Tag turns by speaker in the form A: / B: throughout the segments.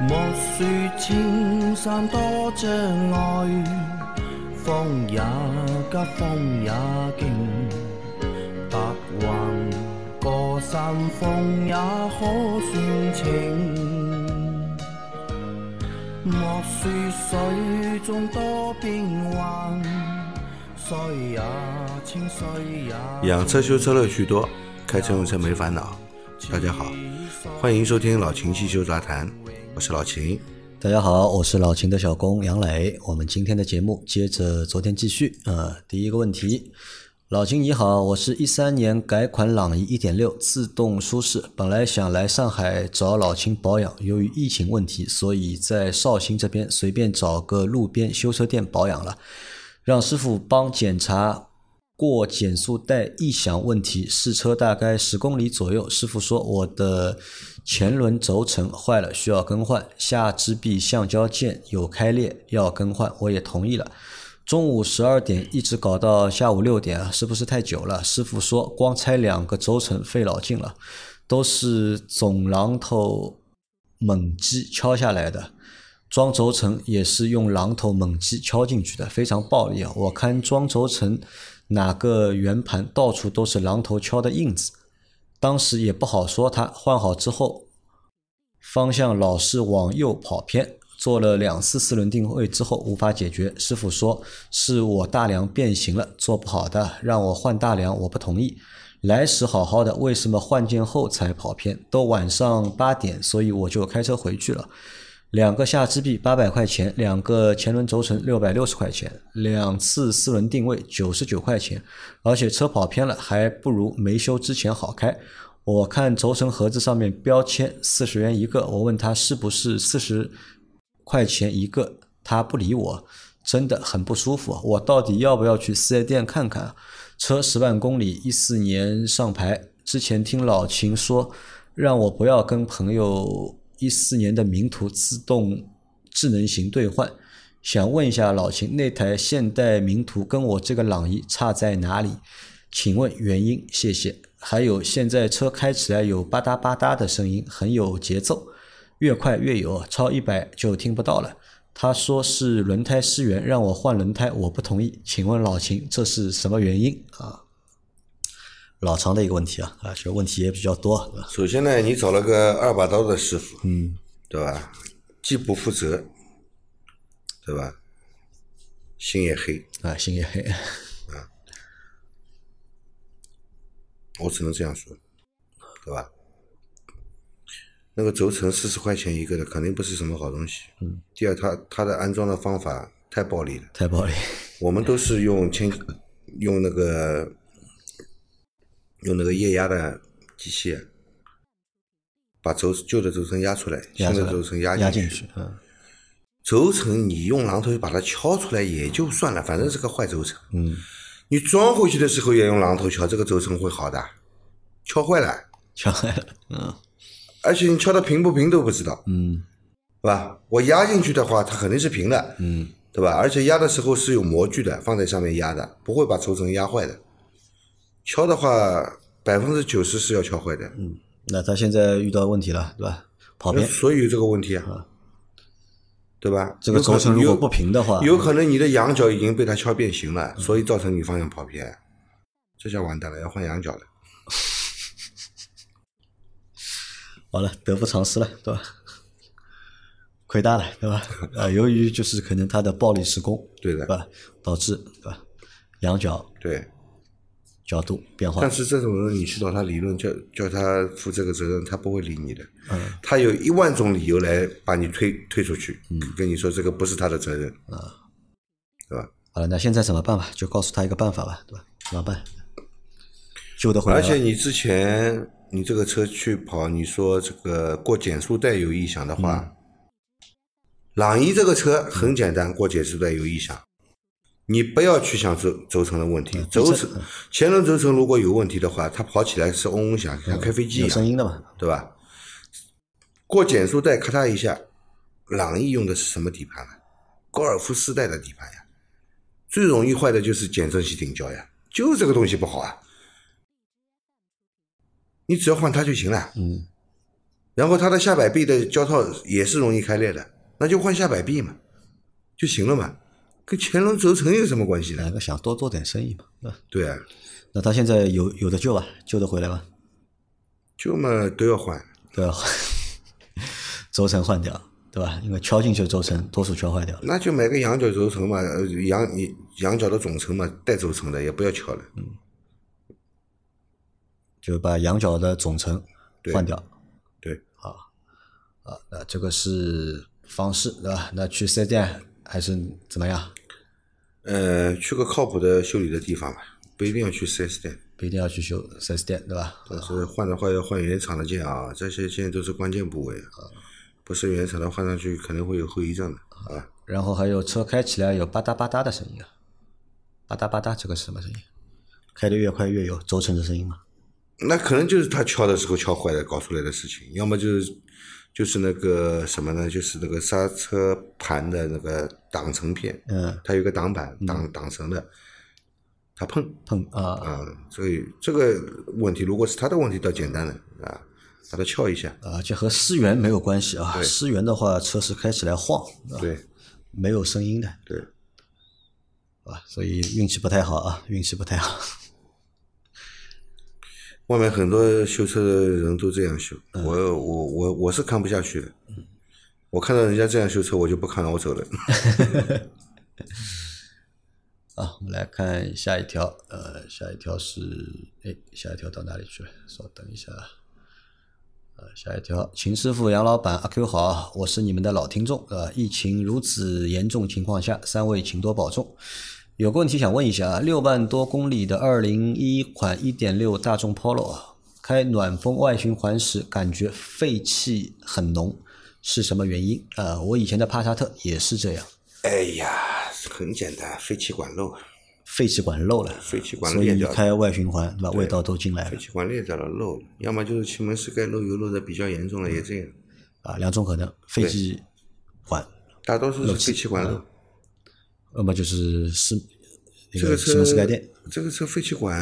A: 莫说青山多障碍，風也急，風也勁，白雲過山峰也可算情。莫说水中多變幻，衰也清，衰也
B: 养车修车乐趣多，开车用车没烦恼。大家好，欢迎收听老秦汽修杂谈，我是老秦。
C: 大家好，我是老秦的小工杨磊。我们今天的节目接着昨天继续。呃，第一个问题，老秦你好，我是一三年改款朗逸1.6自动舒适，本来想来上海找老秦保养，由于疫情问题，所以在绍兴这边随便找个路边修车店保养了，让师傅帮检查过减速带异响问题，试车大概十公里左右，师傅说我的前轮轴承坏了，需要更换，下支臂橡胶件有开裂，要更换，我也同意了。中午十二点一直搞到下午六点啊，是不是太久了？师傅说光拆两个轴承费老劲了，都是总榔头猛击敲下来的。装轴承也是用榔头猛击敲进去的，非常暴力啊！我看装轴承哪个圆盘到处都是榔头敲的印子，当时也不好说它。换好之后，方向老是往右跑偏，做了两次四轮定位之后无法解决。师傅说是我大梁变形了，做不好的，让我换大梁，我不同意。来时好好的，为什么换件后才跑偏？都晚上八点，所以我就开车回去了。两个下支臂八百块钱，两个前轮轴承六百六十块钱，两次四轮定位九十九块钱，而且车跑偏了，还不如没修之前好开。我看轴承盒子上面标签四十元一个，我问他是不是四十块钱一个，他不理我，真的很不舒服。啊我到底要不要去四 S 店看看啊？车十万公里，一四年上牌，之前听老秦说，让我不要跟朋友一四年的名图自动智能型兑换。想问一下老秦，那台现代名图跟我这个朗逸差在哪里？请问原因，谢谢。还有现在车开起来有吧嗒吧嗒的声音，很有节奏，越快越有，啊超一百就听不到了。他说是轮胎失圆，让我换轮胎，我不同意。请问老秦，这是什么原因啊？老常的一个问题啊，啊，这个问题也比较多，对吧
B: 首先呢，你找了个二把刀的师傅，嗯，对吧？既不负责，对吧？心也黑，
C: 啊，心也黑，
B: 我只能这样说，对吧？那个轴承四十块钱一个的，肯定不是什么好东西。嗯。第二，它它的安装的方法太暴力了。
C: 太暴力，
B: 我们都是用铅，用那个用那个液压的机器，把轴旧的轴承压出来，
C: 压
B: 新
C: 出
B: 的
C: 来
B: 轴承
C: 压
B: 进
C: 进去，嗯，
B: 轴承你用榔头把它敲出来也就算了，反正是个坏轴承。嗯，你装回去的时候也用榔头敲，这个轴承会好的，敲坏了，
C: 敲坏了，嗯，
B: 而且你敲的平不平都不知道。嗯，是吧？我压进去的话，它肯定是平的。嗯，对吧？而且压的时候是有模具的，放在上面压的，不会把轴承压坏的。敲的话，百分之九十是要敲坏的。嗯，
C: 那他现在遇到问题了，对吧？跑偏，
B: 所以有这个问题啊，对吧？
C: 嗯这个
B: 有可
C: 轴承如果
B: 有
C: 不平嗯的话，
B: 有可能你的羊角已经被它敲变形了，所以造成你方向跑偏，这下完蛋了，要换羊角了。
C: 好了，得不偿失了，对吧？亏大了，对吧？呃，由于就是可能他的暴力施工，
B: 对的
C: 对吧？导致对吧？仰角
B: 对，
C: 角度变化
B: 但，是这种人你去找他理论，叫叫他负这个责任，他不会理你的。嗯，他有一万种理由来把你推推出去，跟你说这个不是他的责任。啊，对吧？
C: 好了，那现在怎么办吧？就告诉他一个办法吧，对吧？怎么办？救得回来
B: 而
C: 吧
B: 且你之前你这个车去跑，你说这个过减速带有异响的话，朗逸这个车很简单，过减速带有异响，你不要去想轴轴承的问题，轴承前轮轴承如果有问题的话，它跑起来是嗡嗡响，像开飞机一
C: 有
B: 样，
C: 声音的嘛？
B: 对吧？过减速带咔嚓一下，朗逸用的是什么底盘呢、高尔夫四代的底盘呀，最容易坏的就是减震器顶胶呀，就这个东西不好啊。你只要换它就行了，
C: 嗯，
B: 然后它的下摆臂的胶套也是容易开裂的，那就换下摆臂嘛，就行了嘛，跟前轮轴承有什么关系呢？
C: 两个想多做点生意嘛。那
B: 对啊，
C: 那他现在有有的救吧，救得回来吧，
B: 就嘛都要换，
C: 对吧？ 轴承换掉，对吧？因为敲进去的轴承多数敲坏掉了。
B: 那就买个羊角轴承嘛，呃羊羊角的总承嘛，带轴承的也不要敲了，
C: 就把羊角的总成
B: 对
C: 换掉
B: 对，
C: 啊。那这个是方式，对吧？那去四 S 店还是怎么样？
B: 呃，去个靠谱的修理的地方吧，不一定要去 4S 店。
C: 不一定要去修四 S 店，对吧？
B: 但是换的话要换原厂的件啊，这些件都是关键部位啊，不是原厂的换上去可能会有后遗症的啊。
C: 然后还有车开起来有吧嗒吧嗒的声音啊，吧嗒吧嗒，这个是什么声音？开得越快越有轴承的声音嘛？
B: 那可能就是他敲的时候敲坏了搞出来的事情，要么就是就是那个什么呢，就是那个刹车盘的那个挡层片，
C: 嗯，
B: 它有个挡板挡挡绳的，它碰
C: 碰啊
B: 啊，所以这个问题如果是他的问题倒简单了啊，把它撬一下，
C: 啊，这和失源没有关系啊。
B: 对
C: 失源的话，车是开起来晃，啊
B: 对
C: 没有声音的，
B: 对，
C: 啊，所以运气不太好啊，运气不太好。
B: 外面很多修车的人都这样修，我我我我是看不下去的。我看到人家这样修车，我就不看了，我走了。
C: 啊，我们来看下一条，呃，下一条是，哎，下一条到哪里去了？稍等一下啊。呃，下一条，秦师傅、杨老板、阿 Q 好啊，我是你们的老听众。呃，疫情如此严重情况下，三位请多保重。有个问题想问一下啊，六万多公里的二零一一款一点六大众 Polo 啊，开暖风外循环时感觉废气很浓，是什么原因？呃，我以前的帕萨特也是这样，
B: 哎呀，很简单，废气管漏，啊
C: 废气管漏了，
B: 废气管
C: 所
B: 裂
C: 以一
B: 掉了，
C: 开外循环，对吧？味道都进来
B: 废
C: 了
B: 气管裂掉了漏了，要么就是气门室盖漏油漏的比较严重了，也这样。
C: 啊，两种可能，废气管，
B: 大多数是废气管漏。
C: 要么就是湿那
B: 这个
C: 气
B: 车
C: 门室盖垫，
B: 这个车废气管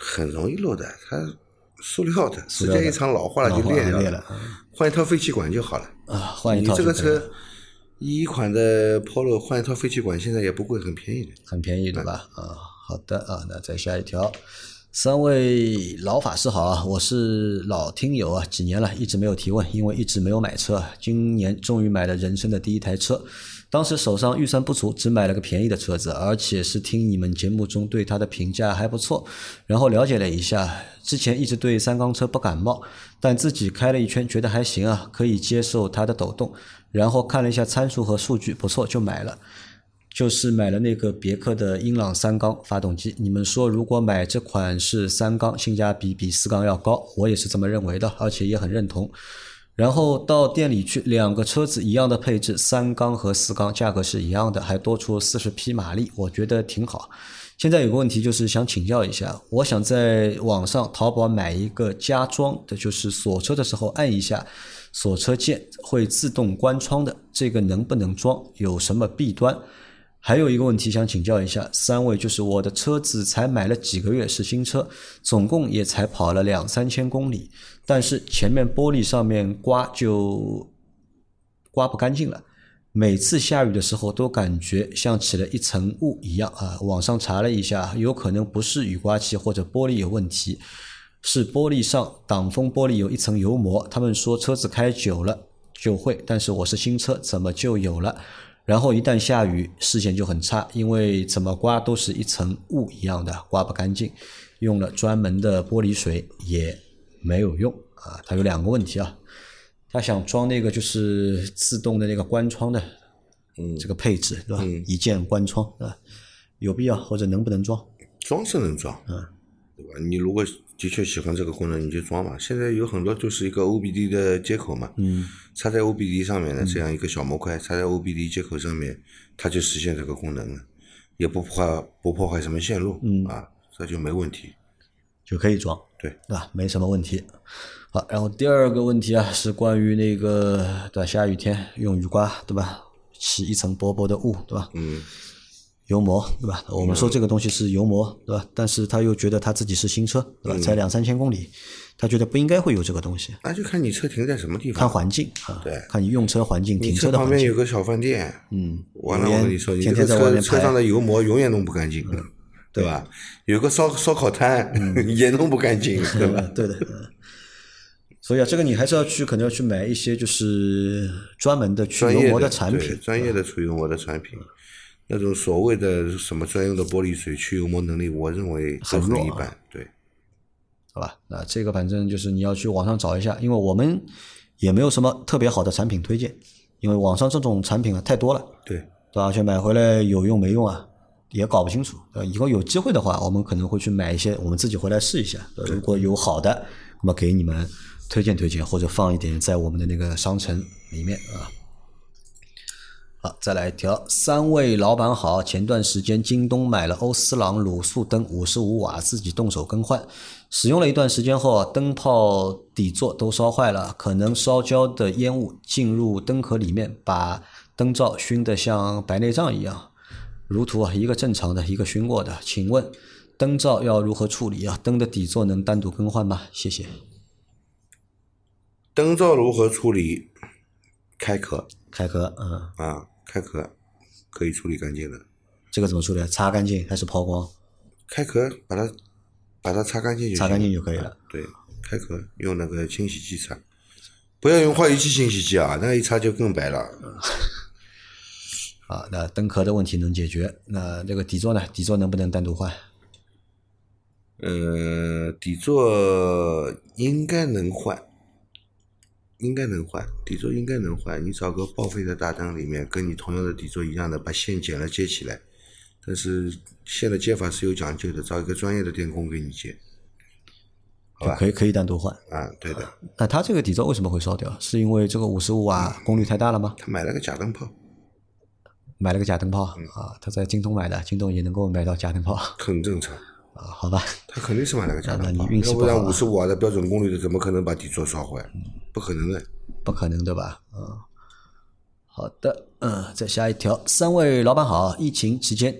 B: 很容易漏的，它塑料的，时
C: 料的
B: 间一长老化了
C: 然
B: 就
C: 后
B: 裂掉
C: 裂
B: 了，换一套废气管就好了。
C: 啊，换一
B: 你
C: 套
B: 这个
C: 就可以了
B: 车一一款的 Polo 换一套废气管现在也不贵，很便宜的。
C: 很便宜，对吧？啊，好的啊，那再下一条。三位老法师好啊，我是老听友啊，几年了，一直没有提问，因为一直没有买车啊。今年终于买了人生的第一台车，当时手上预算不足，只买了个便宜的车子，而且是听你们节目中对它的评价还不错，然后了解了一下，之前一直对三缸车不感冒，但自己开了一圈觉得还行啊，可以接受它的抖动，然后看了一下参数和数据，不错就买了。就是买了那个别克的英朗三缸发动机。你们说如果买这款是三缸，性价比比四缸要高，我也是这么认为的，而且也很认同。然后到店里去，两个车子一样的配置，三缸和四缸价格是一样的，还多出四十匹马力，我觉得挺好。现在有个问题就是想请教一下，我想在网上淘宝买一个加装的，就是锁车的时候按一下锁车键会自动关窗的，这个能不能装？有什么弊端？还有一个问题想请教一下三位，就是我的车子才买了几个月，是新车，总共也才跑了两三千公里，但是前面玻璃上面刮就刮不干净了。每次下雨的时候都感觉像起了一层雾一样啊！网上查了一下，有可能不是雨刮器或者玻璃有问题，是玻璃上挡风玻璃有一层油膜。他们说车子开久了就会，但是我是新车，怎么就有了？然后一旦下雨，视线就很差，因为怎么刮都是一层雾一样的，刮不干净。用了专门的玻璃水也没有用啊！它有两个问题啊，他想装那个就是自动的那个关窗的，嗯，这个配置对吧？一键关窗啊，有必要或者能不能装？
B: 装是能装，
C: 嗯
B: 对吧？你如果的确喜欢这个功能，你就装嘛。现在有很多就是一个 OBD 的接口嘛，
C: 嗯，
B: 插在 OBD 上面的这样一个小模块，插在 OBD 接口上面，它就实现这个功能了，也不破坏不破坏什么线路，
C: 嗯
B: 啊，这就没问题。
C: 就可以装，
B: 对
C: 对吧？没什么问题。好，然后第二个问题啊是关于那个对吧？下雨天用雨刮对吧？起一层薄薄的雾对吧？
B: 嗯，
C: 油膜对吧？
B: 嗯
C: 我们说这个东西是油膜对吧？但是他又觉得他自己是新车对吧？才两三千公里，他觉得不应该会有这个东西，
B: 那就看你车停在什么地方。
C: 看环境啊，
B: 对
C: 看你用车环境、
B: 你
C: 停
B: 车
C: 车的
B: 旁
C: 环
B: 边
C: 境。
B: 有个小饭店，
C: 嗯，
B: 完了，我
C: 天
B: 跟你说，你这个
C: 天天在外
B: 车
C: 面
B: 车上
C: 拍，嗯
B: 的油膜永远弄不干净，对吧？有个烧烧烤摊 也弄不干 净，对吧？
C: 嗯对的。嗯所以啊，这个你还是要去，可能要去买一些就是专门的去
B: 专
C: 油
B: 业
C: 膜
B: 的
C: 产
B: 对
C: 品，嗯
B: 专业的除油膜的产品，那种所谓的什么专用的玻璃水去油膜能力，我认为都
C: 很弱
B: 一
C: 啊
B: 般。对，
C: 好吧？那这个反正就是你要去网上找一下，因为我们也没有什么特别好的产品推荐，因为网上这种产品啊太多了，
B: 对，
C: 对吧？而且买回来有用没用啊，也搞不清楚。呃，以后有机会的话，我们可能会去买一些，我们自己回来试一下。呃如果有好的，那么给你们推荐推荐，或者放一点在我们的那个商城里面啊。好，再来一条。三位老板好，前段时间京东买了欧司朗卤素灯五十五瓦，自己动手更换。使用了一段时间后啊，灯泡底座都烧坏了，可能烧焦的烟雾进入灯壳里面，把灯罩熏得像白内障一样。如图啊，一个正常的，一个熏过的。请问灯罩要如何处理啊？灯的底座能单独更换吗？谢谢。
B: 灯罩如何处理？开壳
C: 凯哥，嗯，
B: 啊，开壳可以处理干净的。
C: 这个怎么处理啊？擦干净还是抛光？
B: 开壳把它把它擦干净就行
C: 擦干净就可以了。
B: 对，开壳用那个清洗剂擦，不要用化油器清洗剂啊，那一擦就更白了。
C: 啊，那灯壳的问题能解决，那这个底座呢？底座能不能单独换？
B: 呃，底座应该能换，应该能换，底座应该能换。你找个报废的大灯里面，跟你同样的底座一样的，把线剪了接起来。但是线的接法是有讲究的，找一个专业的电工给你接好吧
C: 可以可以单独换。
B: 啊。对的，
C: 那它这个底座为什么会烧掉？是因为这个五十五瓦功率太大了吗？
B: 他买了个假灯泡，
C: 买了个假灯泡啊，他在京东买的，京东也能够买到假灯泡啊，
B: 很正常。
C: 好吧？
B: 他肯定是买了个假
C: 那
B: 灯
C: 你
B: 泡，
C: 运气
B: 要
C: 不
B: 不然
C: 好
B: 五
C: 啊嗯
B: 十五瓦的标准功率的，怎么可能把底座烧坏？不可能的。
C: 不可能对吧？嗯，好的，嗯，再下一条，三位老板好，疫情期间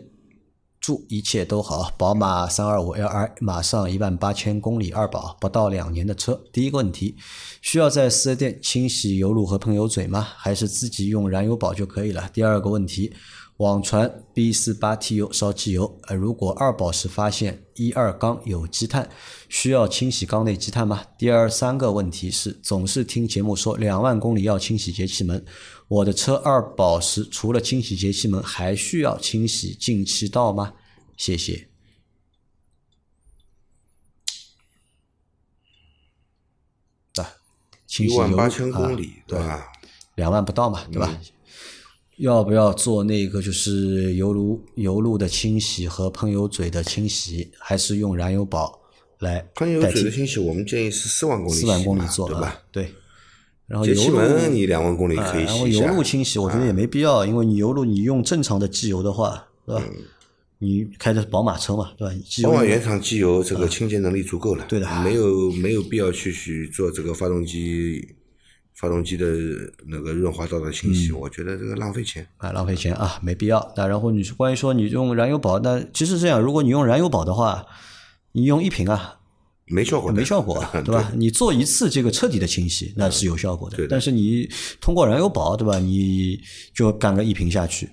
C: 祝一切都好。宝马三二五 Li 马上一万八千公里二保，不到两年的车。第一个问题，需要在四 S 店清洗油路和喷油嘴吗？还是自己用燃油宝就可以了？第二个问题，网传 B 四八 TU 烧机油，呃，如果二保时发现一二缸有积碳，需要清洗缸内积碳吗？第二三个问题是，总是听节目说两万公里要清洗节气门，我的车二保时除了清洗节气门，还需要清洗进气道吗？谢谢。啊，清洗
B: 一
C: 油
B: 万八千
C: 啊
B: 公里，对
C: 对
B: 吧？
C: 两万不到嘛，对吧？
B: 嗯
C: 要不要做那个就是油炉油路的清洗和喷油嘴的清洗，还是用燃油宝来
B: 喷油
C: 代
B: 嘴的
C: 替
B: 清洗，我们建议是四万公里起
C: 四
B: 嘛，
C: 万公里做啊
B: 对吧？？
C: 对。然后
B: 节
C: 油
B: 气
C: 路
B: 门你两万公里
C: 啊
B: 可以
C: 然
B: 洗
C: 后
B: 一
C: 油
B: 下，啊
C: 路清洗，我觉得也没必要，因为你油路你用正常的机油的话，对吧？
B: 嗯
C: 你开的是宝马车嘛，对吧？机油
B: 宝马原厂机油这个清洁能力足够了，
C: 啊对的啊
B: 没有没有必要去去做这个发动机发动机的那个润滑道的清
C: 嗯
B: 洗，我觉得这个浪费钱。
C: 啊，浪费钱啊，没必要。那然后你是关于说你用燃油宝，那其实这样，如果你用燃油宝的话，你用一瓶啊，
B: 没效果的，
C: 没效果，对吧？你做一次这个彻底的清洗，那是有效果的。
B: 对的
C: 但是你通过燃油宝，对吧？你就干个一瓶下去，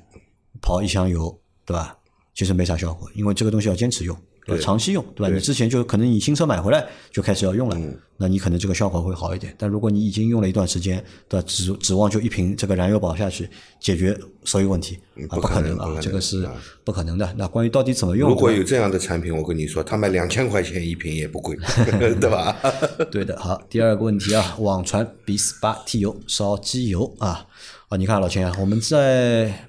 C: 跑一箱油，对吧？其实没啥效果，因为这个东西要坚持用，
B: 对
C: 要长期用，对吧？
B: 对嗯
C: 你之前就可能你新车买回来就开始要用了，那你可能这个效果会好一点。但如果你已经用了一段时间，对吧？指指望就一瓶这个燃油宝下去解决所有问题
B: 嗯
C: 啊，
B: 不可
C: 可
B: 能
C: 能
B: 不可
C: 啊，
B: 能
C: 这个是
B: 啊
C: 不可能的。那关于到底怎么用，
B: 如果
C: 对吧
B: 有这样的产品，我跟你说，他卖两千块钱一瓶也不 贵，对吧？
C: 对的，好，第二个问题啊，网传 B 四八 T 油烧机油啊啊！你看老钱啊，我们在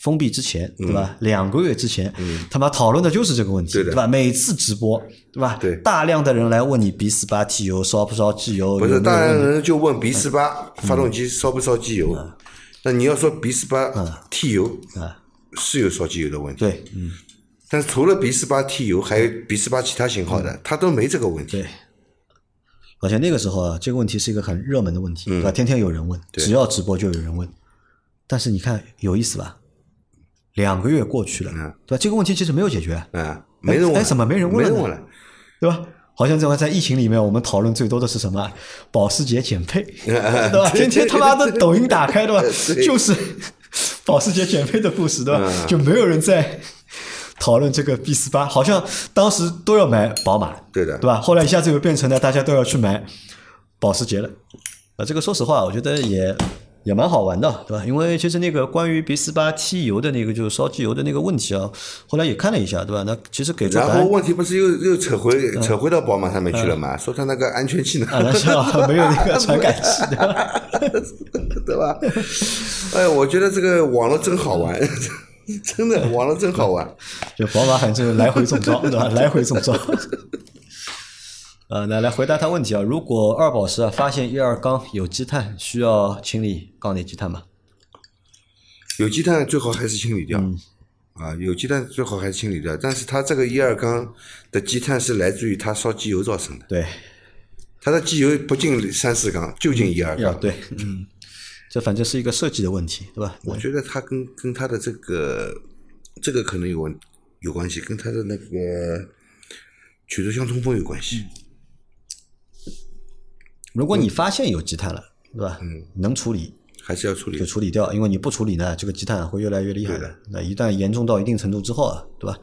C: 封闭之前，对吧？两个月之前，他妈讨论的就是这个问题，
B: 嗯对的
C: 对吧？每次直播，对吧？
B: 对
C: 大量的人来问你 B 四八 T 油烧不烧机油，
B: 不
C: 有
B: 是，
C: 没有
B: 当
C: 问
B: 然
C: 题嗯
B: 人就问 B 四八发动机烧不烧机油，那你要说 B 四八 T 油
C: 啊，
B: 是有烧机油的问题，
C: 嗯对，嗯，
B: 但是除了 B 四八 T 油，还有 B 四八其他型号
C: 嗯
B: 的，它都没这个问题
C: 对。老钱那个时候啊，这个问题是一个很热门的问题，对吧？天天有人问，
B: 嗯对
C: 只要直播就有人问。但是你看有意思吧？两个月
B: 嗯
C: 过去了，对吧？这个问题其实没有解决啊。
B: 啊，没人问了，
C: 哎怎么没人问
B: 没
C: 了呢
B: 人问了？
C: 对吧？好像这个在疫情里面，我们讨论最多的是什么？保时捷减配，
B: 啊
C: 对吧？天天他妈的抖音打开，对吧？
B: 对啊
C: 就是 保时捷减配的故事，对吧？就没有人在讨论这个 B 四八，好像当时都要买宝马，
B: 对的
C: 对吧？后来一下子又变成了大家都要去买保时捷了。啊，这个说实话，我觉得也也蛮好玩的，对吧？因为其实那个关于 B 四八机油的那个就是烧机油的那个问题啊，后来也看了一下，对吧？那其实给出答
B: 然
C: 案
B: 后问题不是又又扯回
C: 嗯
B: 扯回到宝马上面去了嘛？说他那个安全气囊，
C: 啊，那是吧？没有那个传感器的。
B: 对吧？ 哎，我觉得这个网络真好玩， 真的网络真好玩。
C: 就宝马反正来回中招，对吧？来回中 招。呃，那来回答他问题啊，如果二宝时啊发现一二缸有积碳，需要清理缸内积碳吗？
B: 有机碳最好还是清理掉，
C: 嗯
B: 啊，有机碳最好还是清理掉。但是它这个一二缸的积碳是来自于它烧机油造成的，
C: 对，
B: 它的机油不进三四缸，就进一二
C: 要
B: 缸。
C: 对，嗯，这反正是一个设计的问题，对吧？
B: 我觉得它跟跟它的这个这个可能有问有关系，跟它的那个曲轴箱通风有关系。
C: 嗯如果你发现有积碳了，对吧？嗯，能处理
B: 还是要处理
C: 就。处理掉，因为你不处理呢，这个积碳会越来越厉害
B: 对
C: 的
B: 的。
C: 那一旦严重到一定程度之后啊，对吧？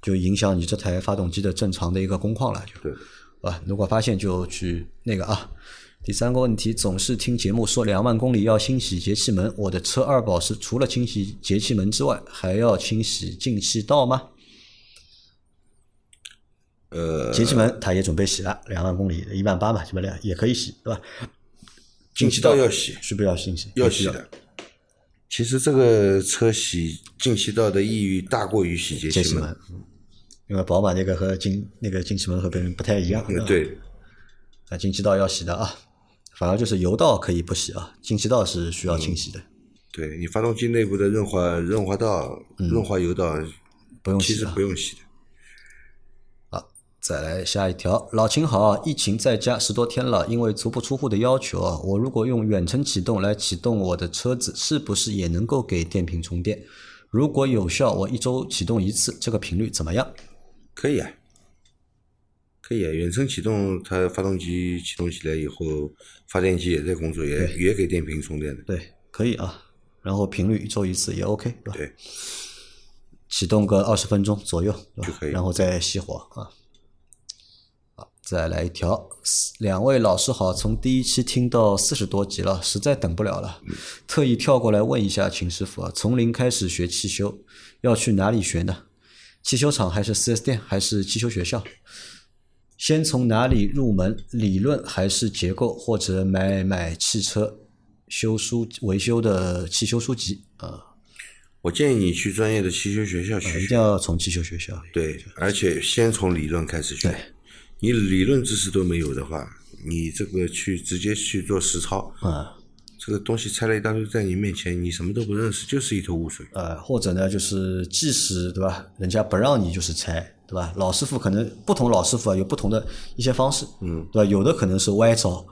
C: 就影响你这台发动机的正常的一个工况了，就
B: 对，
C: 啊，如果发现就去那个啊。第三个问题，总是听节目说两万公里要清洗节气门，我的车二保时除了清洗节气门之外，还要清洗进气道吗？
B: 呃，
C: 节气门它也准备洗了，两万公里一万八嘛，基本量也可以洗，对吧？
B: 进气道要洗，
C: 需不需要清洗？
B: 要洗的。其实这个车洗进气道的意义大过于洗节
C: 节
B: 气
C: 气门，嗯因为宝马那个和进那个进气门和别人不太一样，
B: 嗯，
C: 吧，
B: 对，
C: 啊，进气道要洗的啊，反而就是油道可以不洗啊，进气道是需要清洗的，
B: 嗯对你发动机内部的润滑润滑道、润滑油道，
C: 嗯不用洗
B: 其
C: 啊
B: 实不用洗的。
C: 再来下一条，老秦好，疫情在家十多天了，因为足不出户的要求啊，我如果用远程启动来启动我的车子，是不是也能够给电瓶充电？如果有效，我一周启动一次，这个频率怎么样？
B: 可以啊，可以啊，远程启动，它发动机启动起来以后，发电机也在工作，也也给电瓶充电的。
C: 对，可以啊，然后频率一周一次也 OK，对吧？
B: 对，
C: 启动个二十分钟左右，对吧
B: 就可以
C: 然后再熄火啊。好，再来一条，两位老师好，从第一期听到四十多集了，实在等不了了，
B: 嗯
C: 特意跳过来问一下秦师傅啊，从零开始学汽修，要去哪里学呢？汽修厂还是 4S 店还是汽修学校？先从哪里入门？理论还是结构，或者买买汽车修书维修的汽修书籍啊？
B: 我建议你去专业的汽修学校学
C: 一
B: 学。
C: 定要从汽修学校。
B: 对，而且先从理论开始学
C: 对。
B: 你理论知识都没有的话，你这个去直接去做实操，
C: 啊、
B: 这个东西拆了一大堆在你面前，你什么都不认识，就是一头雾水。
C: 呃，或者呢，就是即使对吧，人家不让你就是拆，对吧？老师傅可能不同老师傅啊，有不同的一些方式，嗯，对吧？有的可能是歪招，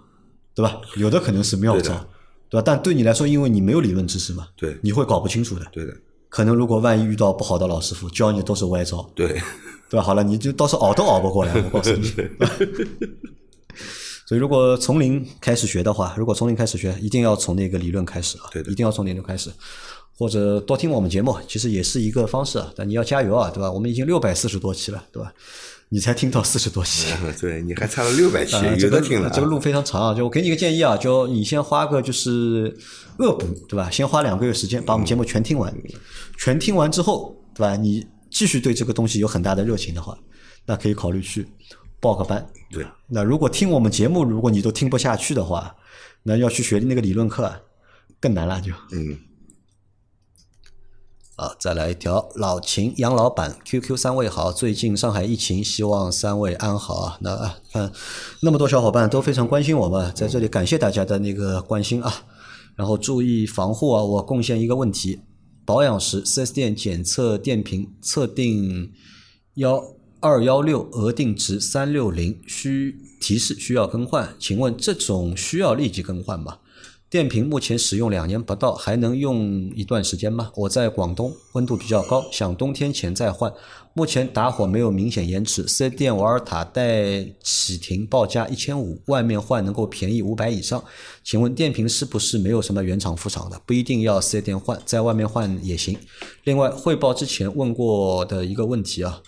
C: 对吧？有的可能是妙
B: 对的
C: 招，对吧？但对你来说，因为你没有理论知识嘛，
B: 对
C: 你会搞不清楚的。
B: 对的，
C: 可能如果万一遇到不好的老师傅，教你都是歪招，
B: 对，
C: 对吧？好了，你就到时候熬都熬不过来，我告诉你。 所以，如果从零开始学的话，如果从零开始学，一定要从那个理论开始啊，
B: 对的
C: 一定要从理论开始，或者多听我们节目，其实也是一个方式啊。但你要加油啊，对吧？我们已经六百四十多期了，对吧？你才听到四十多期，
B: 对你还差了六百期
C: 啊，
B: 有
C: 这
B: 的
C: 个
B: 听了啊。
C: 这个路非常长啊。就我给你个建议啊，就你先花个就是恶补，对吧？先花两个月时间把我们节目全听完，全听完之后，对吧？你继续对这个东西有很大的热情的话，那可以考虑去报个班。
B: 对，
C: 那如果听我们节目，如果你都听不下去的话，那要去学那个理论课啊，更难了就。
B: 嗯，
C: 啊，再来一条，老秦杨老板，QQ 三位好，最近上海疫情，希望三位安好啊。那啊，看那么多小伙伴都非常关心我们，在这里感谢大家的那个关心啊，然后注意防护啊。我贡献一个问题，保养时 4S 店检测电瓶测定幺二幺六额定值三六零，需提示需要更换，请问这种需要立即更换吗？电瓶目前使用两年不到，还能用一段时间吗？我在广东，温度比较高，想冬天前再换。目前打火没有明显延迟，C 店瓦尔塔带启停报价一千五，外面换能够便宜五百以上。请问电瓶是不是没有什么原厂副厂的？不一定要四 S 店换，在外面换也行。另外，汇报之前问过的一个问题啊，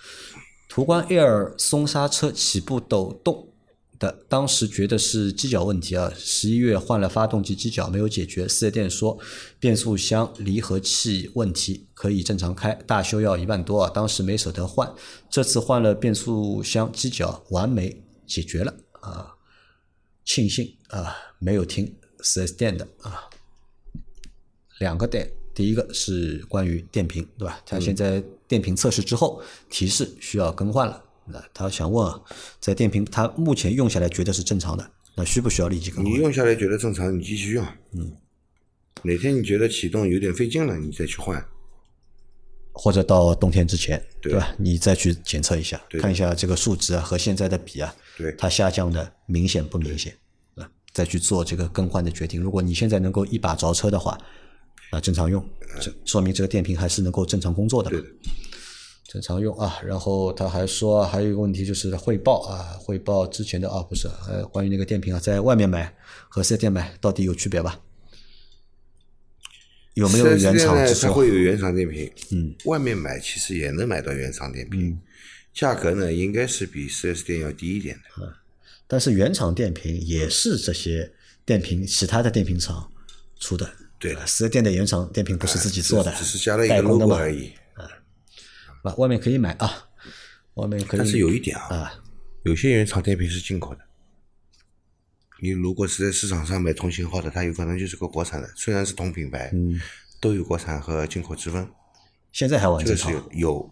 C: 途观 Air 松刹车起步抖动的，当时觉得是机脚问题啊。十一月换了发动机机脚没有解决，四 S 店说变速箱离合器问题可以正常开，大修要一万多啊，当时没舍得换，这次换了变速箱机脚，完美解决了啊。庆幸啊，没有听四 S 店的啊。两个点，第一个是关于电瓶，对吧？它现在电瓶测试之后提示需要更换了，那他想问啊，在电瓶它目前用下来觉得是正常的，那需不需要立即更
B: 你
C: 换？
B: 用下来觉得正常，你继续用。嗯，哪天你觉得启动有点费劲了，你再去换。
C: 或者到冬天之前，
B: 对
C: 对吧？你再去检测一下，
B: 对的
C: 看一下这个数值啊和现在的比啊，
B: 对
C: 它下降的明显不明显啊，再去做这个更换的决定。如果你现在能够一把着车的话，啊，正常用，这说明这个电瓶还是能够正常工作的嘛
B: 对的
C: 正常用啊。然后他还说啊还有一个问题就是汇报啊，汇报之前的啊不是呃关于那个电瓶啊，在外面买和四 S 店买到底有区别吧？有没有
B: 4S
C: 原
B: 店
C: 厂
B: 呢
C: 之
B: 它
C: 说？
B: 会有原厂电瓶，
C: 嗯，
B: 外面买其实也能买到原厂电瓶，价格呢应该是比 4S 店要低一点的。
C: 但是原厂电瓶也是这些电瓶其他的电瓶厂出的。
B: 对
C: 呃四 S 店的原厂电瓶不是自己做的，
B: 只是加了一
C: 代
B: 个
C: 工的
B: logo
C: 嘛
B: 而已。
C: 啊，外面可以买啊，外面可以。
B: 但是有一点啊，
C: 啊，
B: 有些原厂电瓶是进口的。你如果是在市场上买同型号的，它有可能就是个国产的，虽然是同品牌，嗯，都有国产和进口之分，
C: 现在还玩
B: 这
C: 这
B: 个是
C: 套
B: 有有。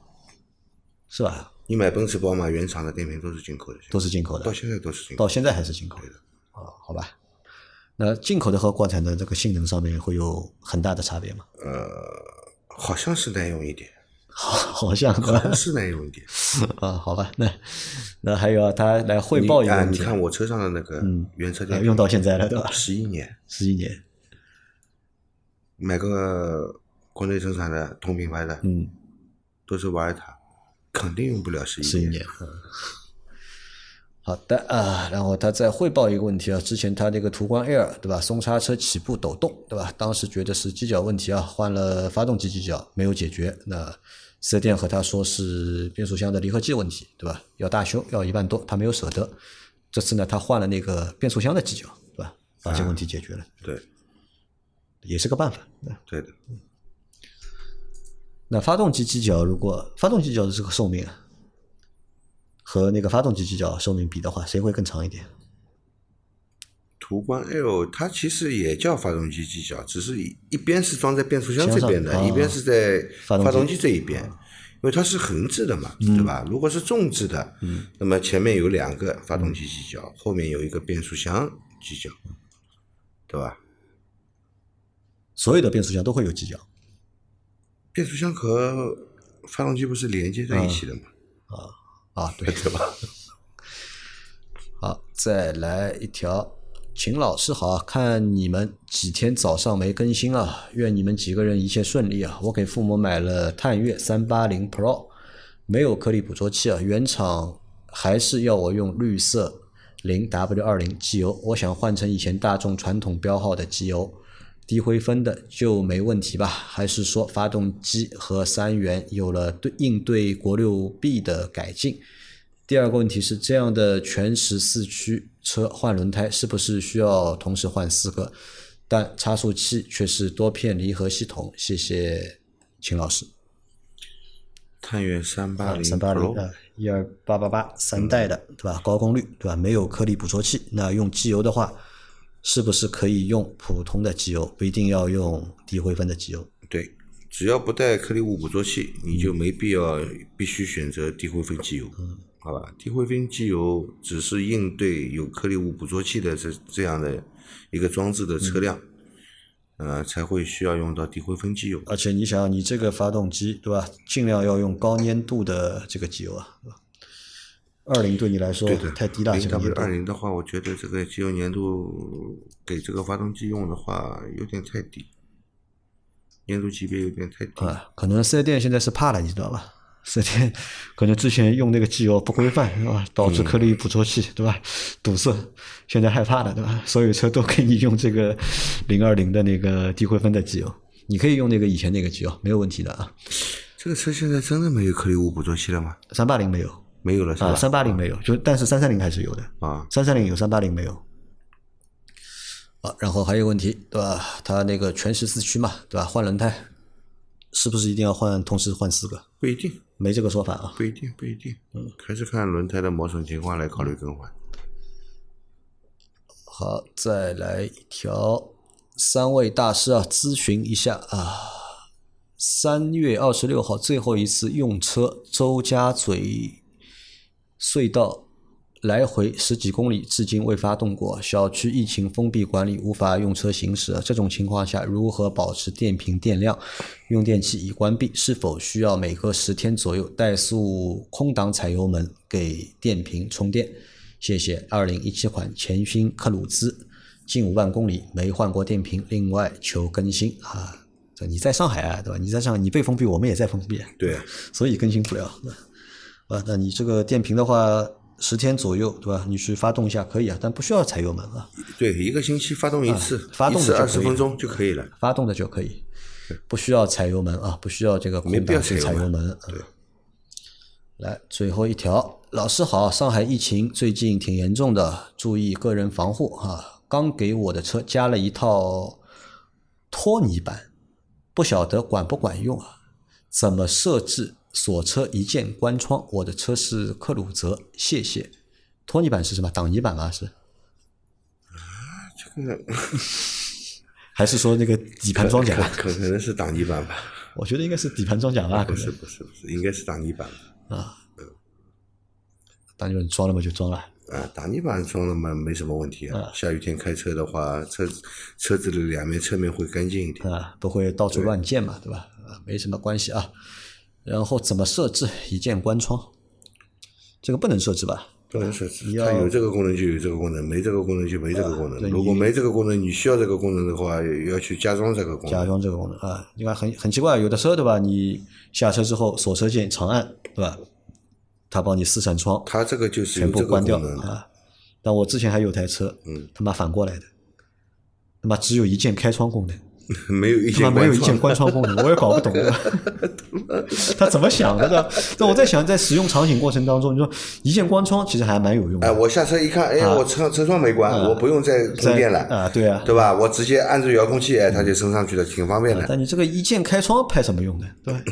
C: 是吧？
B: 你买奔驰、宝马原厂的电瓶都是进口的，
C: 都是进口的
B: 到，现在都是进口
C: 到
B: 的。
C: 现在还是进口的啊，好吧。那进口的和国产的这个性能上面会有很大的差别吗？
B: 呃好像是耐用一点，
C: 好像
B: 好像是耐用一点。
C: 啊，好吧，那那还有啊，他来汇报一
B: 你
C: 个
B: 啊，
C: 问
B: 你
C: 题，
B: 看我车上的那个原车电
C: 呃
B: 瓶，
C: 用到现在了，对吧？
B: 十一年，
C: 十一年，
B: 买个国内生产的同品牌的，
C: 嗯，
B: 都是瓦尔塔，肯定用不了十一
C: 十一
B: 年。
C: 年。嗯好的啊，然后他再汇报一个问题啊，之前他那个途观 Air 对吧，松刹车起步抖动对吧？当时觉得是机脚问题啊，换了发动机机脚没有解决，那四 S 店和他说是变速箱的离合器问题对吧？要大修要一万多，他没有舍得。这次呢，他换了那个变速箱的机脚对吧？把这个问题解决了，
B: 对，
C: 也是个办法。那
B: 对的。
C: 那发动机机脚如果发动机机脚的这个寿命啊和那个发动机机脚寿命比的话，谁会更长一点？
B: 途观 L 它其实也叫发动机机脚，只是一一边是装在变速箱
C: 箱
B: 这
C: 上
B: 边的，
C: 啊
B: 一边是在
C: 发动机
B: 发
C: 啊嗯
B: 动机这一边，因为它是横置的嘛，对吧？如果是纵置的，那么前面有两个发
C: 嗯
B: 动机机脚，后面有一个变速箱机脚，对吧？
C: 所有的变速箱都会有犄角
B: 变速箱和发动机不是连接在一起的嘛？
C: 啊，对对吧？好， 再来一条，秦老师好，啊，看你们几天早上没更新啊，愿你们几个人一切顺利啊！我给父母买了探岳三八零 Pro，没有颗粒捕捉器啊，原厂还是要我用绿色零 W 二零机油，我想换成以前大众传统标号的机油。低灰分的就没问题吧？还是说发动机和三元有了对应对国六 B 的改进？第二个问题是，这样的全时四驱车换轮胎是不是需要同时换四个？但差速器却是多片离合系统。谢谢秦老师。
B: 探岳三八零
C: 三八零
B: Pro，嗯
C: 啊，一二八八八三代的，对吧？高功率，对吧？没有颗粒捕捉器。那用机油的话，是不是可以用普通的机油，不一定要用低灰分的机油？
B: 对，只要不带颗粒物捕捉器，你就没必要必须选择低灰分机油，
C: 嗯
B: 好吧？低灰分机油只是应对有颗粒物捕捉器的这这样的一个装置的
C: 嗯
B: 车辆，呃，才会需要用到低灰分机油。
C: 而且你想，你这个发动机对吧？尽量要用高粘度的这个机油啊，对吧？二零对你来说
B: 对的，
C: 太低了，
B: 零
C: 这个密
B: W
C: 度
B: 二零的话，我觉得这个机油粘度给这个发动机用的话，有点太低，粘度级别有点太低。
C: 啊，可能四 S 店现在是怕了，你知道吧？四 S 店可能之前用那个机油不规范，是吧？导致颗粒捕捉器，对吧？堵塞，现在害怕了，对吧？所有车都给你用这个零二零的那个低灰分的机油，你可以用那个以前那个机油，没有问题的啊。
B: 这个车现在真的没有颗粒物捕捉器了吗？
C: 三八零没有
B: 没有了是吧？
C: 啊，三八零没有，就但是三三零还是有的。
B: 啊，
C: 三三零有，三八零没有。啊，然后还有个问题，对吧？它那个全时四驱嘛，对吧？换轮胎是不是一定要换同时换四个？
B: 不一定，
C: 没这个说法啊。
B: 不一定，不一定，嗯，还是看轮胎的磨损情况来考虑更换。
C: 好，再来一条，三位大师啊，咨询一下啊。三月二十六号最后一次用车，周家嘴隧道来回十几公里，至今未发动过。小区疫情封闭管理，无法用车行驶啊。这种情况下，如何保持电瓶电量？用电器已关闭，是否需要每隔十天左右怠速空挡踩油门给电瓶充电？谢谢。二零一七款前熏克鲁兹，近五万公里没换过电瓶，另外求更新啊。这你在上海啊，对吧？你在上海，你被封闭，我们也在封闭，啊
B: 对，啊
C: 所以更新不了。啊，那你这个电瓶的话，十天左右，对吧？你去发动一下可以啊，但不需要踩油门啊，
B: 对，一个星啊期发动一次，
C: 发动
B: 一次
C: 的就
B: 二
C: 可以
B: 十
C: 了
B: 分钟就可以了。
C: 发动的就可以，不需要踩油门啊，不需要这个
B: 没
C: 空
B: 必要
C: 档去
B: 踩
C: 踩
B: 油
C: 油
B: 门
C: 门。对，来最后一条，老师好，上海疫情最近挺严重的，注意个人防护啊。刚给我的车加了一套拖泥板，不晓得管不管用啊？怎么设置锁车一键关窗？我的车是克鲁泽，谢谢。拖泥板是什么？挡泥板吗？是？
B: 这个
C: 还是说那个底盘装甲？
B: 可可能是挡泥板 吧？
C: 我觉得应该是底盘装甲吧，可
B: 不
C: 能
B: 是，不是，不是，应该是挡泥板吧。
C: 当然装了嘛就装了。
B: 啊，挡泥板装了嘛，没什么问题啊。下雨天开车的话，车子车子的两面侧面会干净一点。
C: 啊，不会到处乱建嘛，对吧？啊，没什么关系啊。然后怎么设置一键关窗？这个不能设置吧？
B: 不能设置，
C: 要
B: 它有这个功能就有这个功能，没这个功能就没这个功
C: 对
B: 能。如果没这个功能，你需要这个功能的话，要去加装这个功
C: 加
B: 能。
C: 装这个功能啊，你看很很奇怪，有的车对吧？你下车之后锁车键长按，对吧？它帮你四扇窗
B: 它这个就是有
C: 全部
B: 这个
C: 关掉
B: 功能的，
C: 啊。但我之前还有台车，
B: 嗯，
C: 他妈反过来的，他妈只有一键开窗功能，
B: 没有一
C: 他
B: 键
C: 妈没有
B: 关
C: 一键
B: 窗。
C: 关窗功能，我也搞不懂，对吧他怎么想的呢？那我在想，在使用场景过程当中，你说一键关窗其实还蛮有用的。
B: 哎，我下车一看，哎，我车车窗没关，我不用再通电
C: 在
B: 了，
C: 啊，对啊。
B: 对吧？我直接按住遥控器，哎，它就升上去了，挺方便的。
C: 但你这个一键开窗派什么用呢？对吧？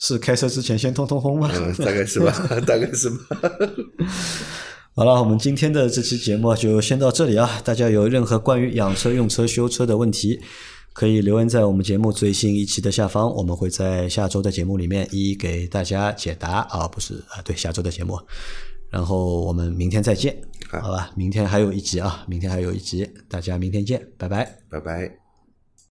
C: 是开车之前先通通风吗？
B: 嗯，大概是吧，大概是吧。
C: 好了，我们今天的这期节目就先到这里啊！大家有任何关于养车、用车、修车的问题，可以留言在我们节目最新一期的下方，我们会在下周的节目里面一一给大家解答啊，不是啊，对，下周的节目。然后我们明天再见，好吧？明天还有一集啊，明天还有一集，大家明天见，拜拜。
B: 拜拜。